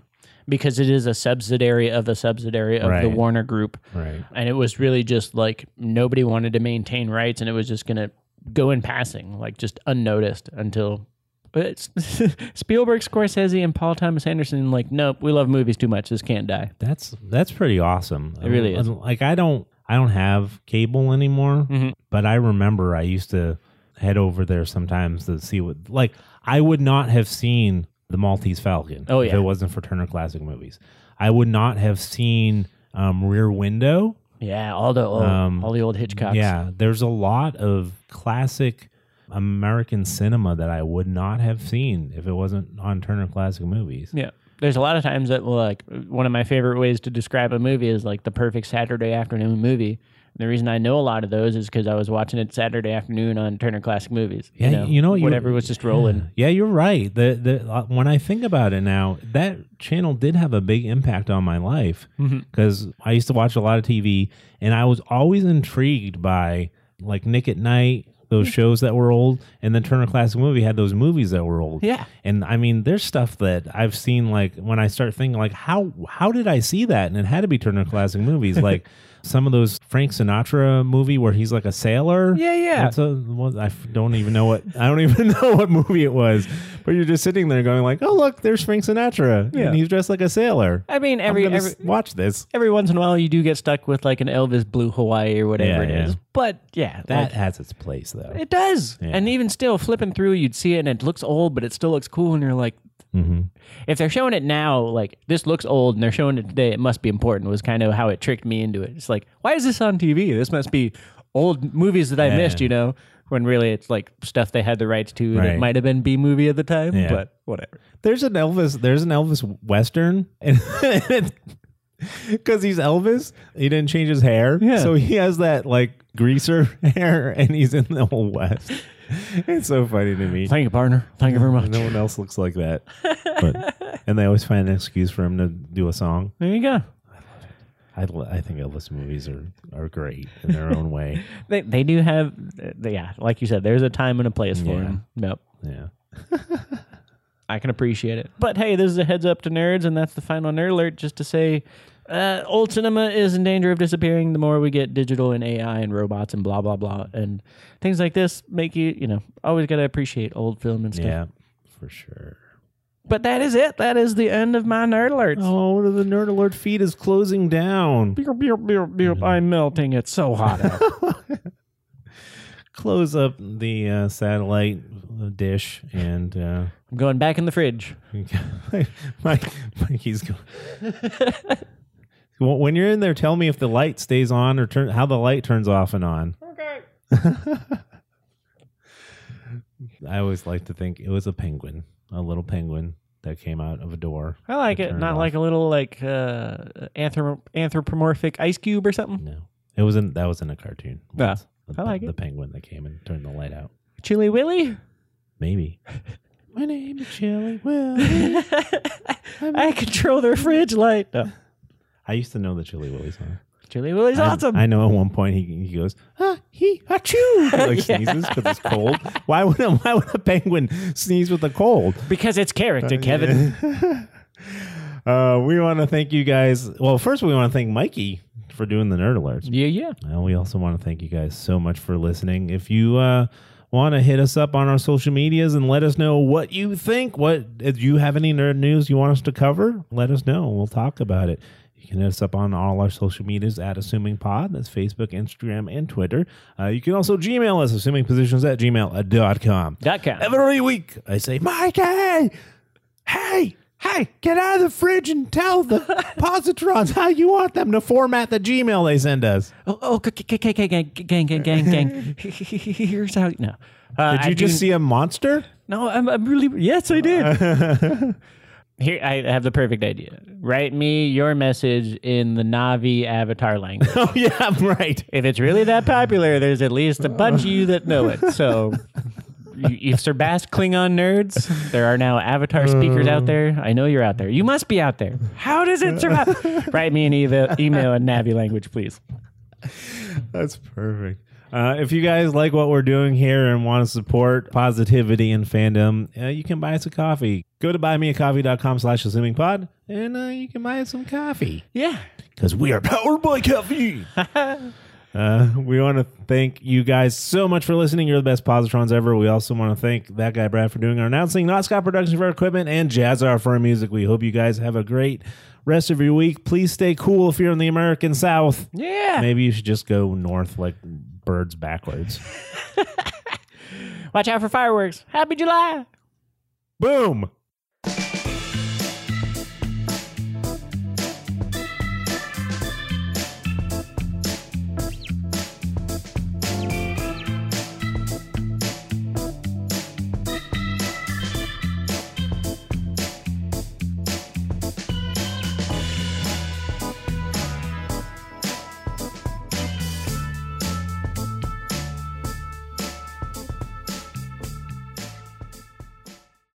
because it is a subsidiary of a subsidiary of the Right. Warner Group. right? and it was really just like nobody wanted to maintain rights and it was just going to go in passing like just unnoticed until it's <laughs> Spielberg, Scorsese, and Paul Thomas Anderson. Like, nope, we love movies too much. This can't die. That's that's pretty awesome. It really is. Like I don't I don't have cable anymore, Mhm. but I remember I used to head over there sometimes to see what like I would not have seen the Maltese Falcon. Oh, if yeah. it wasn't for Turner Classic Movies, I would not have seen um, Rear Window. Yeah, all the old, Um, all the old Hitchcocks. Yeah, there's a lot of classic American cinema that I would not have seen if it wasn't on Turner Classic Movies. yeah. There's a lot of times that like one of my favorite ways to describe a movie is like the perfect Saturday afternoon movie. And the reason I know a lot of those is because I was watching it Saturday afternoon on Turner Classic Movies. Yeah, you know, you- whatever was just rolling. <sighs> Yeah, you're right. The the uh, when I think about it now, that channel did have a big impact on my life because I used to watch a lot of TV, and I was always intrigued by like Nick at Night, those shows that were old, and then Turner Classic Movie had those movies that were old. Yeah. and I mean, there's stuff that I've seen. Like when I start thinking, like how how did I see that? And it had to be Turner Classic Movies, like some of those Frank Sinatra movie where he's like a sailor. Yeah, yeah. That's a, well, I f- don't even know what I don't <laughs> even know what movie it was, but you're just sitting there going like, oh look, there's Frank Sinatra, Yeah. and he's dressed like a sailor. I mean, I'm every gonna every s- watch this. every once in a while you do get stuck with like an Elvis Blue Hawaii or whatever Yeah, it yeah. is. But yeah, That that has its place though. it does. Yeah. And even still flipping through, you'd see it and it looks old, but it still looks cool. And you're like, mm-hmm. if they're showing it now, like this looks old, and they're showing it today, it must be important. Was kind of how it tricked me into it. It's like, why is this on TV? This must be old movies that I missed, you know. When really it's like stuff they had the rights to Right. that might have been B movie at the time, Yeah. but whatever. There's an Elvis. There's an Elvis Western, and <laughs> because he's Elvis, he didn't change his hair, Yeah. so he has that like greaser <laughs> hair, and he's in the whole West. It's so funny to me. Thank you, partner. Thank you very much. No one else looks like that, <laughs> but and they always find an excuse for him to do a song. There you go. I, l- I think Elvis movies are are great in their own <laughs> way. They they do have, they, yeah, like you said, there's a time and a place for Yeah. them. Nope. Yeah. I can appreciate it. But hey, this is a heads up to nerds, and that's the final nerd alert just to say uh, old cinema is in danger of disappearing the more we get digital and AI and robots and blah, blah, blah. And things like this make you, you know, always got to appreciate old film and stuff. Yeah. For sure. But that is it. That is the end of my nerd alerts. Oh, the nerd alert feed is closing down. Beep, beep, beep, Mm-hmm. beep. I'm melting. It's so hot out. Close up the uh, satellite dish and. Uh, <laughs> I'm going back in the fridge. <laughs> Mike, Mikey's going. Well, when you're in there, tell me if the light stays on or turn how the light turns off and on. Okay. <laughs> I always like to think it was a penguin, a little penguin that came out of a door. I like it. Turn it Not off. like a little like uh, anthrop- anthropomorphic ice cube or something. No, it wasn't. That was in a cartoon. Yeah. once. The- I like the it. penguin that came and turned the light out. Chili Willy? Maybe. My name is Chili <laughs> Willy. <laughs> I control their fridge light. No. I used to know the Chili Willy song. Chili Willy's I- awesome. I know at one point he, he goes, ah, he, achoo. He like sneezes because it's cold. Why would, a, <laughs> why would a penguin sneeze with a cold? Because it's character, Kevin. Uh, we want to thank you guys. Well, first, we want to thank Mikey for doing the nerd alerts. Yeah, yeah. Uh, we also want to thank you guys so much for listening. If you uh, want to hit us up on our social medias and let us know what you think, what if you have any nerd news you want us to cover, let us know. We'll talk about it. You can hit us up on all our social medias at Assuming Pod. That's Facebook, Instagram, and Twitter. Uh, you can also Gmail us, assumingpositions at gmail.com. Dot com. Every week, I say, Mikey, hey, hey, get out of the fridge and tell the <laughs> positrons how you want them to format the Gmail they send us. Oh, oh, g- g- g- g- gang, gang, gang, gang, gang. <laughs> Here's how. No. Uh, Did you I do- just see a monster? No, I'm, I'm really. Yes, I did. <laughs> Here, I have the perfect idea. Write me your message in the Navi avatar language. <laughs> Oh yeah, I'm right. if it's really that popular, there's at least a bunch of you that know it. So you- you've surpassed Klingon nerds. There are now avatar speakers out there. I know you're out there. You must be out there. How does it survive? Write me an eva- email in Navi language, please. That's perfect. Uh, if you guys like what we're doing here and want to support positivity and fandom, uh, you can buy us a coffee. Go to buymeacoffee.com slash assumingpod, and uh, you can buy us some coffee. Yeah. because we are powered by caffeine. <laughs> uh, we want to thank you guys so much for listening. You're the best positrons ever. We also want to thank that guy Brad for doing our announcing, Not Scott Productions for our equipment, and Jazzar for our music. We hope you guys have a great rest of your week. Please stay cool if you're in the American South. Yeah. Maybe you should just go north like birds backwards. Watch out for fireworks. Happy July. Boom.